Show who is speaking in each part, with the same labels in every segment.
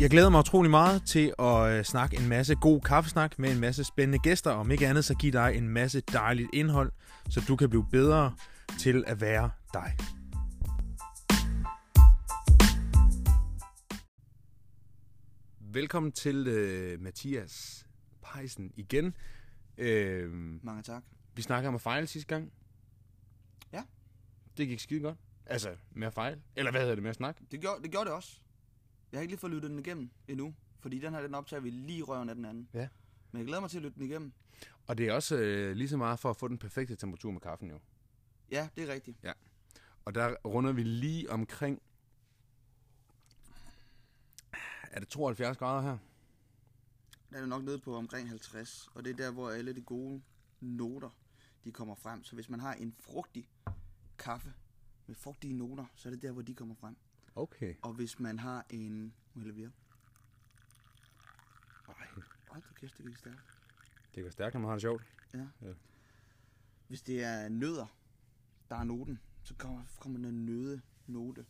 Speaker 1: Jeg glæder mig utrolig meget til at øh, snakke en masse god kaffesnak med en masse spændende gæster. Om ikke andet, så giv dig en masse dejligt indhold, så du kan blive bedre til at være dig. Velkommen til øh, Mathias Pejsen igen. Øh,
Speaker 2: Mange tak.
Speaker 1: vi snakkede om at fejle sidste gang.
Speaker 2: Ja.
Speaker 1: Det gik skide godt. Altså, med at fejle. Eller hvad hedder det, med at snakke?
Speaker 2: Det gjorde det, gjorde det også. Jeg har ikke lige fået lyttet den igennem endnu, fordi den her, den optager vi lige i røven af den anden.
Speaker 1: Ja.
Speaker 2: Men jeg glæder mig til at lytte den igennem.
Speaker 1: Og det er også øh, lige så meget for at få den perfekte temperatur med kaffen jo.
Speaker 2: Ja, det er rigtigt.
Speaker 1: Og der runder vi lige omkring... Er det 72 grader her?
Speaker 2: Den er nok nede på omkring 50, og det er der, hvor alle de gode noter, de kommer frem. Så hvis man har en frugtig kaffe med frugtige noter, så er det der, hvor de kommer frem.
Speaker 1: Okay.
Speaker 2: Og hvis man har en... Må jeg levere?
Speaker 1: Ej,
Speaker 2: Hold da kæft, det gik stærkt.
Speaker 1: det går stærkt, når man har det sjovt.
Speaker 2: Ja.
Speaker 1: Ja.
Speaker 2: ja. Hvis det er nødder, der er noten, så kommer, kommer den nøde note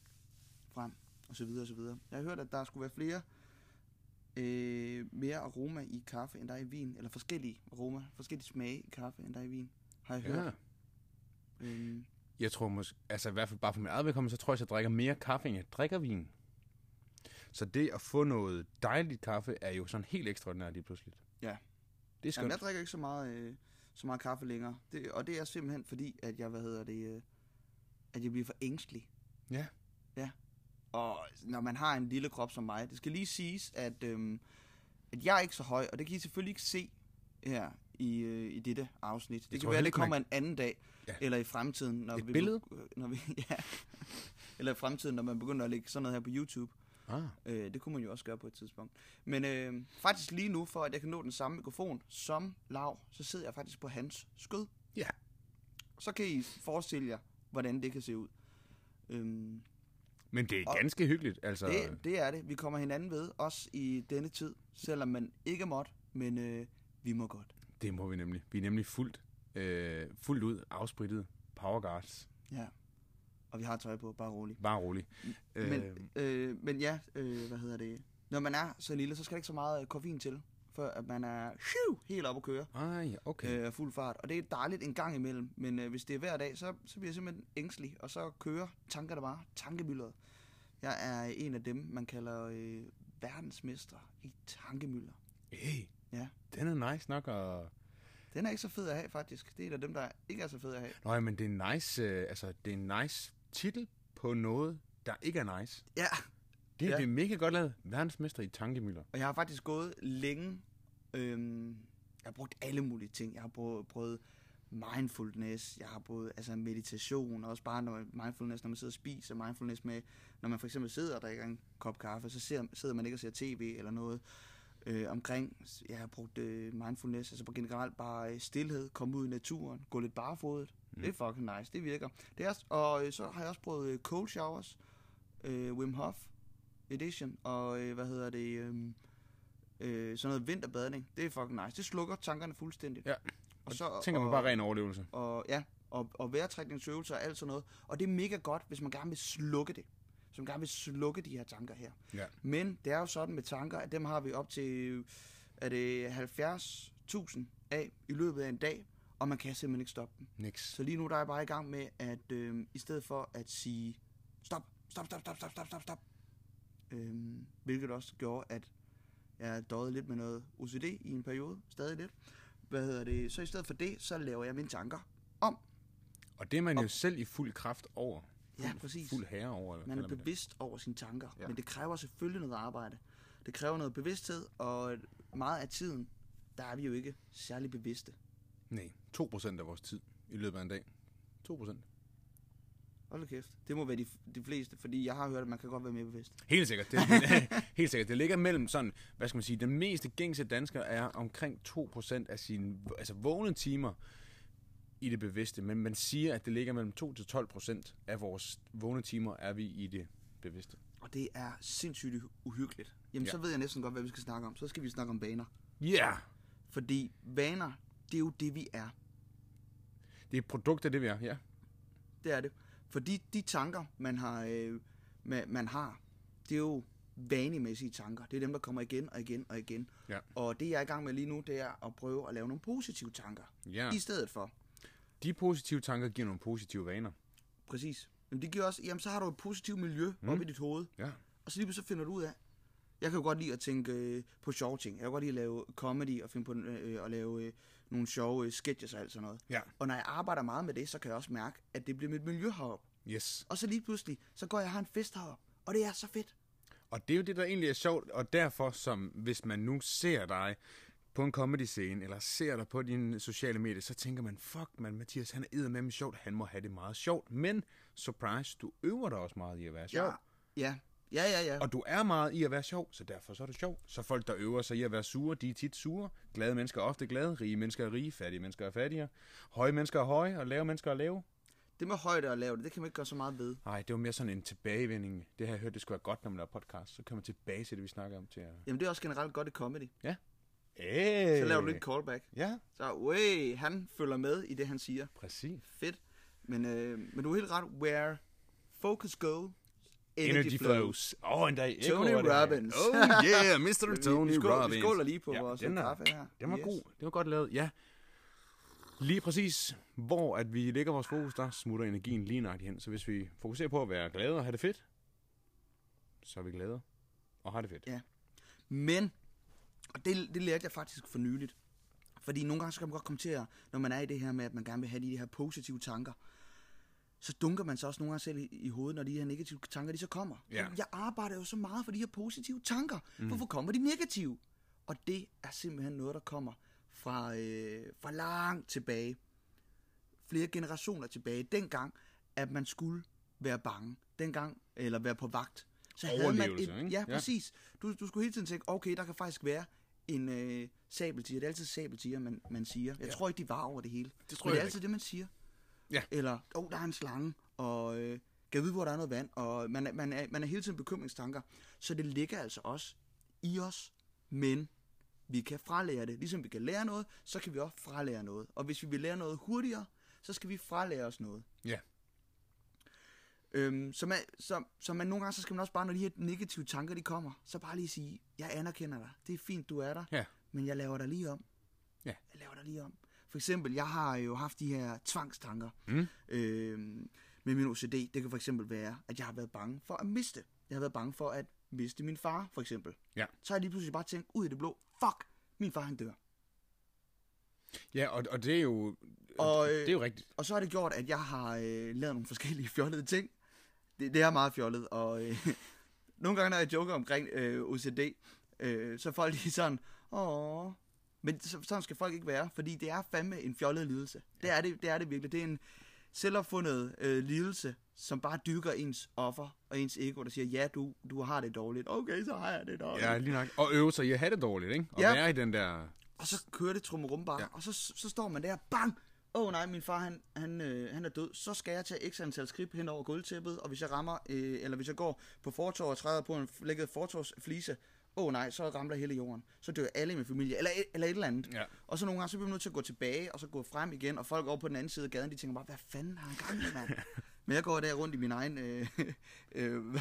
Speaker 2: frem, og så videre, og så videre. Jeg har hørt, at der skulle være flere øh, mere aroma i kaffe, end der er i vin, eller forskellige aroma, forskellige smage i kaffe, end der er i vin, har jeg hørt.
Speaker 1: Ja.
Speaker 2: Øhm,
Speaker 1: Jeg tror måske... Altså i hvert fald bare for min eget vedkommende, så tror jeg, at jeg drikker mere kaffe, end jeg drikker vin. Så det at få noget dejligt kaffe, er jo sådan helt ekstraordinært lige pludselig.
Speaker 2: Ja.
Speaker 1: Det er skønt.
Speaker 2: jamen, jeg drikker ikke så meget, øh, så meget kaffe længere, det, og det er simpelthen fordi, at jeg, hvad hedder det, øh, at jeg bliver for ængstelig.
Speaker 1: Ja.
Speaker 2: Ja. Og når man har en lille krop som mig, det skal lige siges, at, øhm, at jeg er ikke så høj, og det kan I selvfølgelig ikke se her i, øh, i dette afsnit. Det,
Speaker 1: Jeg
Speaker 2: det
Speaker 1: tror
Speaker 2: kan være,
Speaker 1: heller
Speaker 2: det
Speaker 1: ikke, man-
Speaker 2: kommer en anden dag,
Speaker 1: Ja.
Speaker 2: ja. eller i fremtiden. Når
Speaker 1: Et
Speaker 2: vi
Speaker 1: billede?
Speaker 2: Når vi, ja. eller i fremtiden, når man begynder at lægge sådan noget her på YouTube.
Speaker 1: Ah.
Speaker 2: Øh, det kunne man jo også gøre på et tidspunkt. Men øh, faktisk lige nu, for at jeg kan nå den samme mikrofon som Lav, så sidder jeg faktisk på hans skød.
Speaker 1: Ja.
Speaker 2: Så kan I forestille jer, hvordan det kan se ud. Øhm,
Speaker 1: Men det er
Speaker 2: Og-
Speaker 1: ganske hyggeligt, altså.
Speaker 2: det, det er det. Vi kommer hinanden ved, også i denne tid, selvom man ikke måtte, men øh, vi må godt.
Speaker 1: Det må vi nemlig. Vi er nemlig fuldt, øh, fuldt ud afsprittet powerguards.
Speaker 2: Ja. Og vi har tøj på, bare roligt.
Speaker 1: Bare rolig. Øh,
Speaker 2: Men, øh, men ja, øh, hvad hedder det? Når man er så lille, så skal der ikke så meget øh, koffein til, før at man er shoo, helt op at køre.
Speaker 1: ej, okay. Øh,
Speaker 2: øh, fuld fart. Og det er dejligt en gang imellem, men øh, hvis det er hver dag, så, så bliver jeg simpelthen ængstelig, og så kører tankerne bare, tankemyldret. Jeg er en af dem, man kalder øh, verdensmester i tankemylder.
Speaker 1: hey,
Speaker 2: Øh, Ja.
Speaker 1: den er nice nok. Og...
Speaker 2: Den er ikke så fed at have, faktisk. Det er en af dem, der ikke er så fed at have.
Speaker 1: Nå, ja, men det er en nice, øh, altså, det er en nice titel på noget, der ikke er nice.
Speaker 2: Ja,
Speaker 1: Det, ja.
Speaker 2: Ja.
Speaker 1: det er mega godt lavet. Verdensmester i tankemøller.
Speaker 2: og jeg har faktisk gået længe. Øhm, jeg har brugt alle mulige ting. Jeg har prøvet, prøvet mindfulness, jeg har prøvet altså meditation, og også bare når man, mindfulness, når man sidder og spiser, mindfulness med, når man for eksempel sidder og drikker en kop kaffe, så ser, sidder man ikke og ser tv eller noget øh, omkring. Jeg har brugt øh, mindfulness, altså på generelt bare øh, stillhed, komme ud i naturen, gå lidt barefodet. Mm. Det er fucking nice, det virker. Det er, også- og øh, så har jeg også prøvet øh, cold showers, øh, Wim Hof edition, og øh, hvad hedder det, øh, øh, sådan noget vinterbadning. Det er fucking nice. Det slukker tankerne fuldstændigt.
Speaker 1: Ja.
Speaker 2: Og så,
Speaker 1: Tænker man
Speaker 2: og-
Speaker 1: bare ren overlevelse.
Speaker 2: og, ja, og, og vejrtrækningsøvelser og alt sådan noget. Og det er mega godt, hvis man gerne vil slukke det. Hvis man gerne vil slukke de her tanker her.
Speaker 1: Ja.
Speaker 2: Men det er jo sådan med tanker, at dem har vi op til er det 70.000 af i løbet af en dag, og man kan simpelthen ikke stoppe dem.
Speaker 1: Nix.
Speaker 2: Så lige nu der er jeg bare i gang med, at øh, i stedet for at sige stop, stop, stop, stop, stop, stop, stop, stop, øh, hvilket også gjorde, at jeg døjede lidt med noget OCD i en periode, stadig lidt, hvad hedder det, så i stedet for det, så laver jeg mine tanker om.
Speaker 1: Og det er man jo selv i fuld kraft over.
Speaker 2: Ja,
Speaker 1: Fuld-
Speaker 2: præcis.
Speaker 1: Fuld herre over. Eller
Speaker 2: Man er
Speaker 1: hvad kalder det?
Speaker 2: bevidst over sine tanker,
Speaker 1: Ja.
Speaker 2: ja. men det kræver selvfølgelig noget arbejde. Det kræver noget bevidsthed, og meget af tiden, der er vi jo ikke særlig bevidste.
Speaker 1: Nej, 2% af vores tid i løbet af en dag. 2%.
Speaker 2: Hold da kæft. Det må være de, de fleste, fordi jeg har hørt, at man kan godt være mere bevidst.
Speaker 1: Helt sikkert. Det, helt sikkert. Det ligger mellem sådan, hvad skal man sige, den meste gængse dansker er omkring 2% af sine altså vågne timer i det bevidste, men man siger, at det ligger mellem 2-12% af vores vågne timer er vi i det bevidste.
Speaker 2: Og det er sindssygt uhy- uhyggeligt. Jamen,
Speaker 1: Ja.
Speaker 2: ja. så ved jeg næsten godt, hvad vi skal snakke om. Så skal vi snakke om vaner.
Speaker 1: Ja! Yeah!
Speaker 2: Fordi vaner, det er jo det, vi er.
Speaker 1: Det er et produkt af det, vi er, ja.
Speaker 2: Det er det. Fordi de tanker, man har, øh, man, man har det er jo vanemæssige tanker. Det er dem, der kommer igen og igen og igen.
Speaker 1: Ja.
Speaker 2: Og det, jeg er i gang med lige nu, det er at prøve at lave nogle positive tanker.
Speaker 1: Ja.
Speaker 2: I stedet for.
Speaker 1: De positive tanker giver nogle positive vaner.
Speaker 2: Præcis. Jamen, det giver også, jamen, så har du et positivt miljø mm. op i dit hoved.
Speaker 1: Ja.
Speaker 2: Og så lige pludselig finder du ud af, jeg kan jo godt lide at tænke øh, på sjove ting. Jeg kan godt lide at lave comedy og finde på øh, øh, at lave øh, nogle sjove øh, sketches og alt sådan noget.
Speaker 1: Ja.
Speaker 2: Og når jeg arbejder meget med det, så kan jeg også mærke, at det bliver mit miljø heroppe.
Speaker 1: Yes.
Speaker 2: Og så lige pludselig, så går jeg og har en fest heroppe. Og det er så fedt.
Speaker 1: Og det er jo det, der egentlig er sjovt, og derfor, som hvis man nu ser dig på en comedy-scene, eller ser dig på dine sociale medier, så tænker man, fuck man, Mathias, han er med sjovt, han må have det meget sjovt. Men, surprise, du øver dig også meget i at være sjov.
Speaker 2: Ja, ja, ja. ja.
Speaker 1: Og du er meget i at være sjov, så derfor så er du sjov. Så folk, der øver sig i at være sure, de er tit sure. Glade mennesker er ofte glade, rige mennesker er rige, fattige mennesker er fattigere. Høje mennesker er høje, og lave mennesker er lave.
Speaker 2: Det med højde og lavt, det kan man ikke gøre så meget ved.
Speaker 1: Nej, det var mere sådan en tilbagevending. Det har jeg hørt, det skulle være godt, når man laver podcast. Så kommer man tilbage til det, vi snakker om til at...
Speaker 2: Jamen, det er også generelt godt i comedy.
Speaker 1: Ja. Hey.
Speaker 2: Så laver du lidt callback.
Speaker 1: Ja,
Speaker 2: Så, way, han følger med i det, han siger.
Speaker 1: præcis.
Speaker 2: Fedt. Men, øh, men du er helt ret. Where focus goes,
Speaker 1: Energy, Energy flows. Åh, oh, endda i Echo
Speaker 2: Tony
Speaker 1: var det her.
Speaker 2: Robbins.
Speaker 1: Oh yeah, Mr.
Speaker 2: Vi-
Speaker 1: Tony
Speaker 2: vi, skåler,
Speaker 1: Robbins.
Speaker 2: vi skåler lige på
Speaker 1: Ja,
Speaker 2: ja, vores
Speaker 1: den er-
Speaker 2: kaffe her.
Speaker 1: Den var yes. god. Det var godt lavet, ja. Lige præcis, hvor at vi lægger vores fokus, der smutter energien lige nøjagtigt hen. Så hvis vi fokuserer på at være glade og have det fedt, så er vi glade og har det fedt.
Speaker 2: Ja. Men, og det, det lærte jeg faktisk for nyligt. Fordi nogle gange så kan man godt komme til at, når man er i det her med, at man gerne vil have de her positive tanker, så dunker man sig også nogle gange selv i, i hovedet, når de her negative tanker, de så kommer.
Speaker 1: Ja.
Speaker 2: Jeg arbejder jo så meget for de her positive tanker. Mm. Hvorfor kommer de negative? Og det er simpelthen noget, der kommer fra, øh, fra langt tilbage. Flere generationer tilbage. Dengang, at man skulle være bange. Dengang, eller være på vagt. Så
Speaker 1: Overlevelse,
Speaker 2: man
Speaker 1: ikke?
Speaker 2: Ja,
Speaker 1: Ja.
Speaker 2: præcis præcis. Du, du skulle hele tiden tænke, okay, der kan faktisk være en øh, sabeltiger. Det er altid sabeltiger, man, man siger. Jeg ja. tror ikke, de var over det hele.
Speaker 1: Det tror
Speaker 2: Men det
Speaker 1: jeg
Speaker 2: er altid det, man siger.
Speaker 1: Ja.
Speaker 2: Eller, oh, der er en slange, og øh, kan jeg vide, hvor der er noget vand. Og man, er- man, er, man er hele tiden bekymringstanker. Så det ligger altså også i os, men vi kan fralære det. Ligesom vi kan lære noget, så kan vi også fralære noget. Og hvis vi vil lære noget hurtigere, så skal vi fralære os noget.
Speaker 1: Ja.
Speaker 2: Øhm, så, man, så, så man nogle gange, så skal man også bare, når de her negative tanker, de kommer, så bare lige sige, jeg anerkender dig. Det er fint, du er der.
Speaker 1: Ja.
Speaker 2: Men jeg laver dig lige om.
Speaker 1: Ja.
Speaker 2: Jeg laver dig lige om. For eksempel, jeg har jo haft de her tvangstanker mm. øhm, med min OCD. Det kan for eksempel være, at jeg har været bange for at miste. Jeg har været bange for at miste min far, for eksempel.
Speaker 1: Ja.
Speaker 2: Så har jeg lige pludselig bare tænkt ud i det blå, fuck, min far han dør.
Speaker 1: Ja, og, og det er jo...
Speaker 2: Og, øh,
Speaker 1: det er jo rigtigt.
Speaker 2: Og så har det gjort, at jeg har øh, lavet nogle forskellige fjollede ting. Det, det er meget fjollet, og øh, nogle gange, når jeg joker omkring øh, OCD, øh, så er folk lige sådan, åh, men så, sådan skal folk ikke være, fordi det er fandme en fjollet lidelse. Det er det, det, er det virkelig. Det er en selvopfundet øh, lidelse, som bare dyrker ens offer og ens ego, der siger, ja, du, du har det dårligt. Okay, så har jeg det dårligt.
Speaker 1: Ja, lige nok. Og øve sig i at have det dårligt, ikke? Og
Speaker 2: Ja.
Speaker 1: være i den der...
Speaker 2: Og så kører det trummerum bare,
Speaker 1: Ja.
Speaker 2: ja. og så, så står man der, bang! Åh oh, nej, min far han, han, øh, han er død. Så skal jeg tage x antal skridt hen over gulvtæppet, og hvis jeg rammer, øh, eller hvis jeg går på fortorv og træder på en lækket fortorvsflise, åh oh, nej, så ramler hele jorden. Så dør alle i min familie, eller, et- eller et eller andet.
Speaker 1: Ja.
Speaker 2: Og så nogle gange, så bliver man nødt til at gå tilbage, og så gå frem igen, og folk over på den anden side af gaden, de tænker bare, hvad fanden har han gang med, mand? Men jeg går der rundt i min egen... Øh, øh,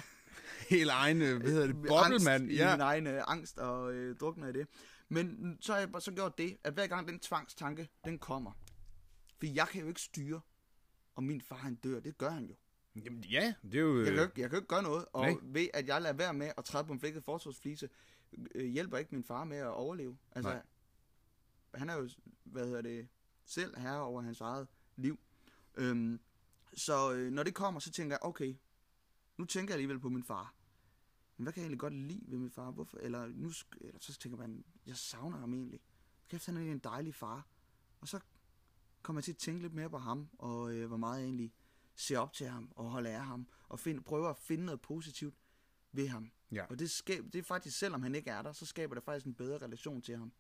Speaker 1: Helt egen, øh, hvad hedder det,
Speaker 2: angst,
Speaker 1: boble, mand.
Speaker 2: i
Speaker 1: Ja.
Speaker 2: min egen øh, angst og øh, drukner i det. Men så har jeg bare så gjort det, at hver gang den tvangstanke, den kommer. For jeg kan jo ikke styre, om min far han dør. Det gør han jo.
Speaker 1: Jamen, ja, det er jo...
Speaker 2: Jeg
Speaker 1: øh,
Speaker 2: kan, jo ikke, jeg kan jo ikke gøre noget, og
Speaker 1: Nej.
Speaker 2: ved at jeg lader være med at træde på en flækket forsvarsflise, øh, hjælper ikke min far med at overleve. Altså,
Speaker 1: Nej.
Speaker 2: han er jo, hvad hedder det, selv herre over hans eget liv. Øhm, så øh, når det kommer, så tænker jeg, okay, nu tænker jeg alligevel på min far. Men hvad kan jeg egentlig godt lide ved min far? Hvorfor? Eller, nu, sk- eller så tænker man, jeg savner ham egentlig. Kæft, han er egentlig en dejlig far. Og så kommer jeg til at tænke lidt mere på ham, og øh, hvor meget jeg egentlig ser op til ham, og holder af ham, og find, prøver at finde noget positivt ved ham.
Speaker 1: Ja.
Speaker 2: Og det, skab, det er faktisk, selvom han ikke er der, så skaber det faktisk en bedre relation til ham.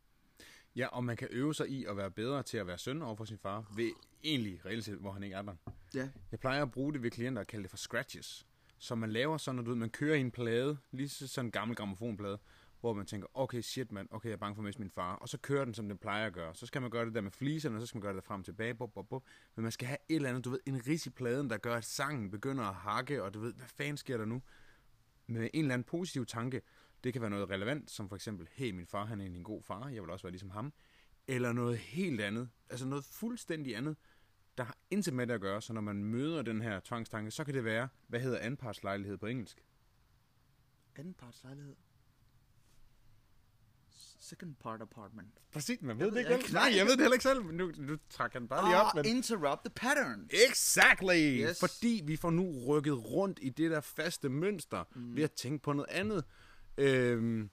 Speaker 1: Ja, og man kan øve sig i at være bedre til at være søn over for sin far, ved egentlig reelt set, hvor han ikke er der.
Speaker 2: Ja,
Speaker 1: Jeg plejer at bruge det ved klienter og kalde det for scratches. Så man laver sådan, at du ved, man kører i en plade, lige så- sådan en gammel gramofonplade, hvor man tænker, okay, shit mand, okay, jeg er bange for at miste min far, og så kører den, som den plejer at gøre. Så skal man gøre det der med fliserne, og så skal man gøre det der frem og tilbage, bop, bop, bop. Men man skal have et eller andet, du ved, en ris i pladen, der gør, at sangen begynder at hakke, og du ved, hvad fanden sker der nu? med en eller anden positiv tanke. Det kan være noget relevant, som for eksempel, hey, min far han er egentlig en god far, jeg vil også være ligesom ham. Eller noget helt andet, altså noget fuldstændig andet, der har intet med det at gøre, så når man møder den her tvangstanke, så kan det være, hvad hedder anpartslejlighed på engelsk?
Speaker 2: Andenparts lejlighed. Second part apartment.
Speaker 1: Præcis, man ved det
Speaker 2: ved
Speaker 1: ikke.
Speaker 2: jeg
Speaker 1: vel?
Speaker 2: ikke.
Speaker 1: Nej, jeg ved det heller ikke selv. men Nu, nu trækker den bare lige op.
Speaker 2: Ah, interrupt the pattern.
Speaker 1: Exactly! Yes.
Speaker 2: Yes.
Speaker 1: Fordi vi får nu rykket rundt i det der faste mønster mm. ved at tænke på noget andet. Øhm,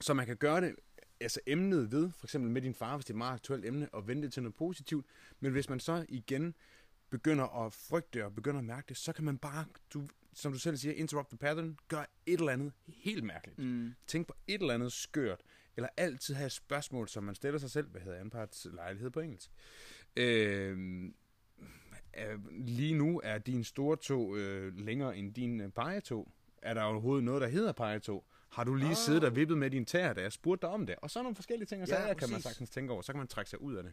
Speaker 1: så man kan gøre det, altså emnet ved, for eksempel med din far, hvis det er et meget aktuelt emne, og vende det til noget positivt. Men hvis man så igen begynder at frygte og begynder at mærke det, så kan man bare, du, som du selv siger, interrupt the pattern, gøre et eller andet helt mærkeligt. Mm. Tænk på et eller andet skørt, eller altid have et spørgsmål, som man stiller sig selv, hvad hedder anparts lejlighed på engelsk. Øhm, er, lige nu er din store tog øh, længere end din øh, pegetog. Er der overhovedet noget, der hedder pegetog? Har du lige oh. siddet og vippet med din tær, da jeg spurgte dig om det? Og så nogle forskellige ting, og
Speaker 2: Ah. Ja,
Speaker 1: så ja, kan man
Speaker 2: præcis.
Speaker 1: sagtens tænke over. Så kan man trække sig ud af det.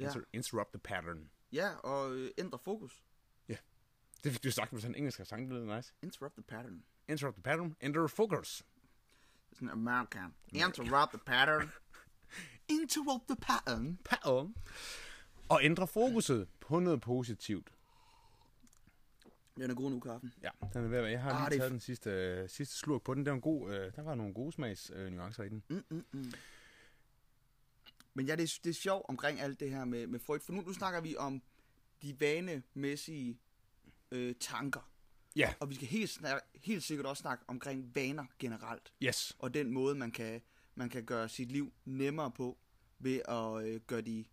Speaker 2: Ja,
Speaker 1: Inter- interrupt the pattern.
Speaker 2: ja og øh, ændre fokus.
Speaker 1: Det fik du sagt med sådan en engelsk sang, det lyder nice.
Speaker 2: Interrupt the pattern.
Speaker 1: Interrupt the pattern, enter focus.
Speaker 2: Sådan American. Interrupt the pattern. Interrupt the pattern.
Speaker 1: Pattern. Og ændre fokuset på noget positivt.
Speaker 2: Den er god nu, kaffen.
Speaker 1: Ja, den er ved at være. Jeg har lige
Speaker 2: Ah, det er
Speaker 1: taget den sidste, øh, sidste slurk på den. Der var, en god, øh, der var nogle gode smags øh, nuancer i den.
Speaker 2: Mm. Men ja, det er, det er sjovt omkring alt det her med, med frygt, for nu, nu snakker vi om de vanemæssige øh, tanker.
Speaker 1: Ja,
Speaker 2: Og vi skal helt, snak, helt sikkert også snakke omkring vaner generelt,
Speaker 1: yes.
Speaker 2: og den måde, man kan, man kan gøre sit liv nemmere på, ved at øh, gøre, de,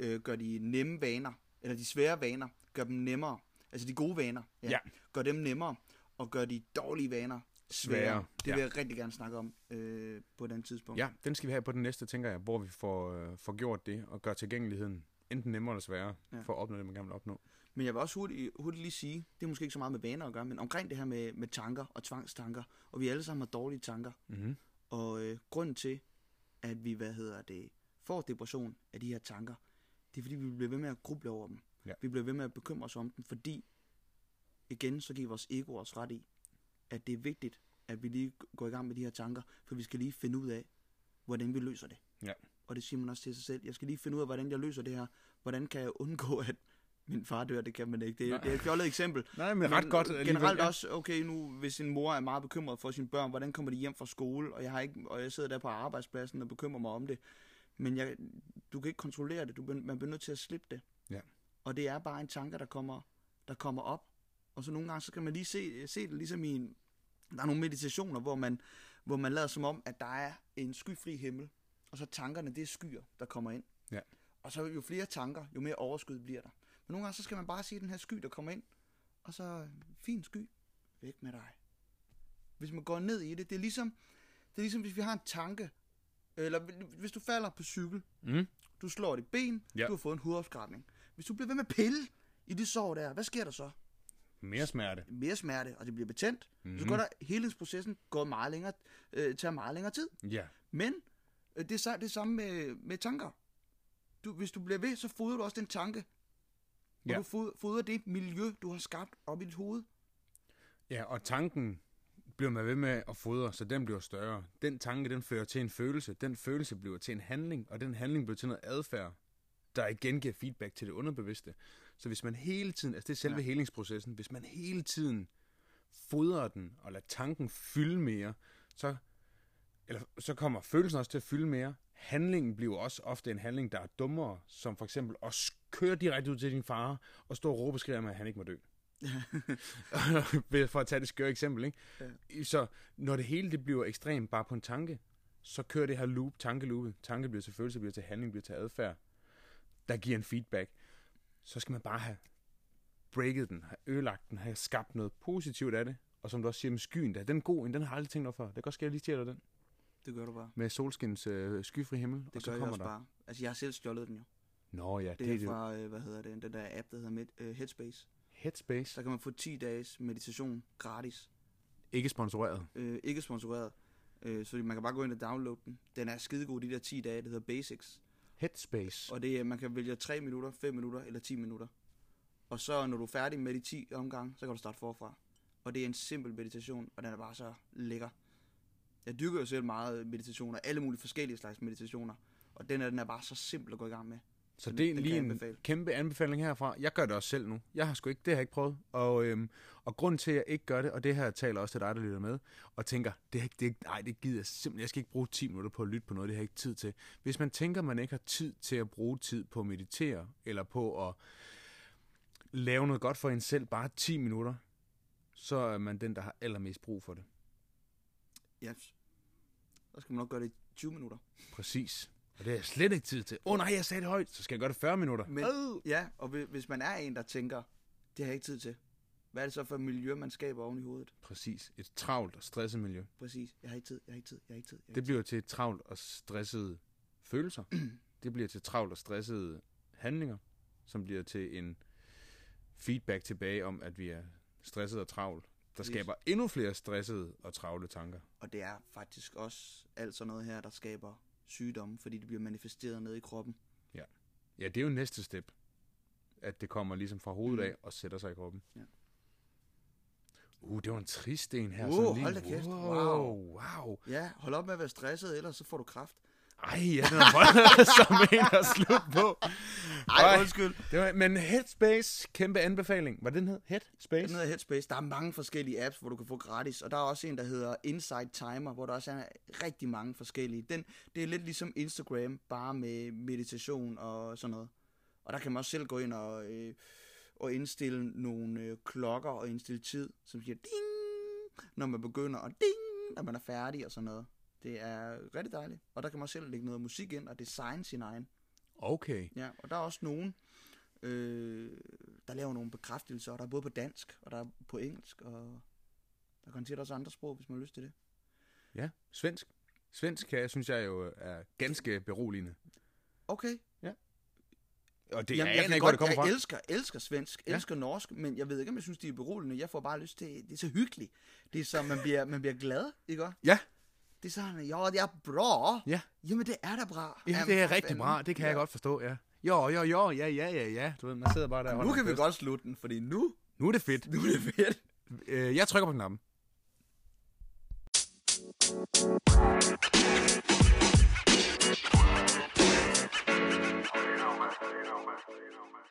Speaker 2: øh, gøre de nemme vaner, eller de svære vaner, gør dem nemmere. Altså de gode vaner,
Speaker 1: Ja.
Speaker 2: gør dem nemmere, og gør de dårlige vaner sværere.
Speaker 1: Sværere,
Speaker 2: Det vil
Speaker 1: ja.
Speaker 2: jeg rigtig gerne snakke om øh, på den tidspunkt.
Speaker 1: Ja, den skal vi have på den næste, tænker jeg, hvor vi får, øh, får gjort det og gør tilgængeligheden enten nemmere eller sværere ja. for at opnå det, man gerne vil opnå.
Speaker 2: Men jeg vil også hurtigt, hurtigt lige sige, det er måske ikke så meget med vaner at gøre, men omkring det her med, med tanker og tvangstanker, og vi alle sammen har dårlige tanker.
Speaker 1: Mm-hmm.
Speaker 2: Og øh, grunden til, at vi hvad hedder det, får depression af de her tanker, det er fordi, vi bliver ved med at gruble over dem.
Speaker 1: Ja.
Speaker 2: Vi bliver ved med at bekymre os om dem, fordi, igen, så giver vores ego os ret i, at det er vigtigt, at vi lige går i gang med de her tanker, for vi skal lige finde ud af, hvordan vi løser det.
Speaker 1: Ja.
Speaker 2: Og det siger man også til sig selv. Jeg skal lige finde ud af, hvordan jeg løser det her. Hvordan kan jeg undgå, at min far dør? Det kan man ikke. Det er, det er et fjollet eksempel.
Speaker 1: Nej, men ret godt øh, alligevel,
Speaker 2: Generelt
Speaker 1: ja.
Speaker 2: også, okay, nu hvis en mor er meget bekymret for sine børn, hvordan kommer de hjem fra skole, og jeg, har ikke, og jeg sidder der på arbejdspladsen og bekymrer mig om det. Men jeg, du kan ikke kontrollere det. Du, bliver- man bliver nødt til at slippe det.
Speaker 1: Ja.
Speaker 2: Og det er bare en tanke, der kommer, der kommer op. Og så nogle gange, så kan man lige se, se det ligesom i en... Der er nogle meditationer, hvor man, hvor man lader som om, at der er en skyfri himmel. Og så tankerne, det er skyer, der kommer ind.
Speaker 1: Ja.
Speaker 2: Og så jo flere tanker, jo mere overskud bliver der. Men nogle gange, så skal man bare se den her sky, der kommer ind. Og så, øh, fin sky, væk med dig. Hvis man går ned i det, det er ligesom, det er ligesom hvis vi har en tanke, eller hvis du falder på cykel,
Speaker 1: Mm.
Speaker 2: du slår dit ben,
Speaker 1: Ja.
Speaker 2: ja. du har fået en hudafskrabning. Hvis du bliver ved med at pille i det sår der, hvad sker der så?
Speaker 1: Mere smerte.
Speaker 2: Mere smerte, og det bliver betændt. Mm-hmm.
Speaker 1: Mhm.
Speaker 2: Så går der, helhedsprocessen går meget længere, øh, tager meget længere tid.
Speaker 1: Ja.
Speaker 2: Men øh, det er så- det er samme med, med tanker. Du, hvis du bliver ved, så fodrer du også den tanke. Og
Speaker 1: Ja.
Speaker 2: ja. du fod- fodrer det miljø, du har skabt op i dit hoved.
Speaker 1: ja, og tanken bliver man ved med at fodre, så den bliver større. Den tanke, den fører til en følelse. Den følelse bliver til en handling, og den handling bliver til noget adfærd, der igen giver feedback til det underbevidste. Så hvis man hele tiden, altså det er selve ja. helingsprocessen, hvis man hele tiden fodrer den og lader tanken fylde mere, så eller så kommer følelsen også til at fylde mere. Handlingen bliver også ofte en handling, der er dummere, som for eksempel at sk- køre direkte ud til din far og stå og råbe og skrige om, at han ikke må dø. Ved- for at tage det skøre eksempel, ikke? Ja. Så når det hele det bliver ekstremt bare på en tanke, så kører det her loop, tankeloopet. Tanke bliver til følelse, bliver til handling, bliver til adfærd, der giver en feedback. Så skal man bare have breaket den, have ødelagt den, have skabt noget positivt af det. Og som du også siger med skyen, der, den er god, en, den har jeg aldrig tænkt over før. Det kan godt ske, at jeg lige stjæler den
Speaker 2: Det gør du bare.
Speaker 1: med solskins øh, skyfri himmel,
Speaker 2: Det
Speaker 1: og så
Speaker 2: gør jeg
Speaker 1: kommer
Speaker 2: også
Speaker 1: der...
Speaker 2: bare. Altså, jeg har selv stjålet den jo.
Speaker 1: Nå ja, det,
Speaker 2: Det
Speaker 1: det
Speaker 2: er
Speaker 1: er det.
Speaker 2: fra, øh, hvad hedder det, den der app, der hedder Med- øh, Headspace.
Speaker 1: Headspace.
Speaker 2: Så kan man få 10 dages meditation gratis.
Speaker 1: Ikke sponsoreret.
Speaker 2: Øh, ikke sponsoreret. Øh, så man kan bare gå ind og downloade den. Den er skidegod, de der 10 dage, det hedder Basics.
Speaker 1: Headspace.
Speaker 2: Og det, er, man kan vælge 3 minutter, 5 minutter eller 10 minutter. Og så når du er færdig med de 10 omgange, så kan du starte forfra. Og det er en simpel meditation, og den er bare så lækker. Jeg dyrker jo selv meget meditationer, alle mulige forskellige slags meditationer. Og den er, den er bare så simpel at gå i gang med.
Speaker 1: Så
Speaker 2: Den-
Speaker 1: det er
Speaker 2: den
Speaker 1: lige
Speaker 2: kan jeg
Speaker 1: en
Speaker 2: anbefale.
Speaker 1: kæmpe anbefaling herfra. Jeg gør det også selv nu. Jeg har sgu ikke, det har jeg ikke prøvet. Og, øhm, og grunden til, at jeg ikke gør det, og det her taler også til dig, der lytter med, og tænker, det, har ikke- det, nej, det gider jeg simpelthen, jeg skal ikke bruge 10 minutter på at lytte på noget, det har jeg ikke tid til. Hvis man tænker, man ikke har tid til at bruge tid på at meditere, eller på at lave noget godt for en selv, bare 10 minutter, så er man den, der har allermest brug for det.
Speaker 2: Ja. Så skal man nok gøre det i 20 minutter.
Speaker 1: Præcis. Og det har jeg slet ikke tid til. Åh oh, nej, jeg sagde det højt, så skal jeg gøre det 40 minutter.
Speaker 2: Men, Ja, og hvi- hvis man er en, der tænker, det har jeg ikke tid til. Hvad er det så for et miljø, man skaber oven i hovedet?
Speaker 1: Præcis. Et travlt og stresset miljø.
Speaker 2: Præcis. Jeg har ikke tid, jeg har ikke tid, jeg har ikke tid. Jeg har
Speaker 1: Det
Speaker 2: ikke
Speaker 1: bliver til travlt og stressede følelser. det bliver til travlt og stressede handlinger, som bliver til en feedback tilbage om, at vi er stresset og travlt. Der
Speaker 2: Yes.
Speaker 1: skaber endnu flere stressede og travle tanker.
Speaker 2: tid. Og det er faktisk også alt sådan noget her, der skaber sygdomme, fordi det bliver manifesteret ned i kroppen.
Speaker 1: Ja, det er jo næste step. At det kommer ligesom fra hovedet af og sætter sig i kroppen.
Speaker 2: Mm. Ja.
Speaker 1: Uh, det var en trist en her.
Speaker 2: Uh,
Speaker 1: sådan lige.
Speaker 2: hold da kæft.
Speaker 1: Wow,
Speaker 2: Wow.
Speaker 1: wow.
Speaker 2: Ja, hold op med at være stresset, ellers så får du kraft.
Speaker 1: Ej, ja, den er voldsom en at slutte på.
Speaker 2: Ej, undskyld.
Speaker 1: Det var, men Headspace, kæmpe anbefaling. Hvad den hed? Headspace?
Speaker 2: Den hedder Headspace. Der er mange forskellige apps, hvor du kan få gratis. Og der er også en, der hedder Insight Timer, hvor der også er rigtig mange forskellige. Den, det er lidt ligesom Instagram, bare med meditation og sådan noget. Og der kan man også selv gå ind og, øh, og indstille nogle øh, klokker og indstille tid, som siger ding, når man begynder, og ding, når man er færdig og sådan noget. Det er rigtig dejligt. Og der kan man også selv lægge noget musik ind og designe sin egen.
Speaker 1: Okay.
Speaker 2: Ja, og der er også nogen, øh, der laver nogle bekræftelser, og der er både på dansk, og der er på engelsk, og der er garanteret også andre sprog, hvis man har lyst til det.
Speaker 1: Ja, svensk. Svensk, kan jeg, synes jeg jo er ganske beroligende.
Speaker 2: Okay.
Speaker 1: Og det
Speaker 2: Jamen,
Speaker 1: Jamen,
Speaker 2: jeg
Speaker 1: aner
Speaker 2: kan
Speaker 1: ikke, hvor
Speaker 2: godt-
Speaker 1: det kommer fra.
Speaker 2: Jeg elsker, elsker svensk,
Speaker 1: Ja.
Speaker 2: elsker norsk, men jeg ved ikke, om jeg synes, de er beroligende. Jeg får bare lyst til, det er så hyggeligt. Det er så, man bliver, man bliver glad, ikke også?
Speaker 1: Ja.
Speaker 2: Det er sådan, ja, det er bra.
Speaker 1: Ja.
Speaker 2: Jamen, det er da bra.
Speaker 1: Ja,
Speaker 2: Jamen,
Speaker 1: det er
Speaker 2: for
Speaker 1: rigtig
Speaker 2: fanden.
Speaker 1: bra. Det kan jeg
Speaker 2: Ja.
Speaker 1: godt forstå, ja. Jo, jo, jo, ja, ja, ja, ja. Du ved, man sidder bare der og
Speaker 2: Nu
Speaker 1: holder
Speaker 2: kan vi
Speaker 1: fest.
Speaker 2: godt slutte den, fordi nu,
Speaker 1: Nu er det fedt.
Speaker 2: nu er det fedt.
Speaker 1: Øh, Jeg trykker på knappen.
Speaker 3: Masculino, masculino, masculino, masculino.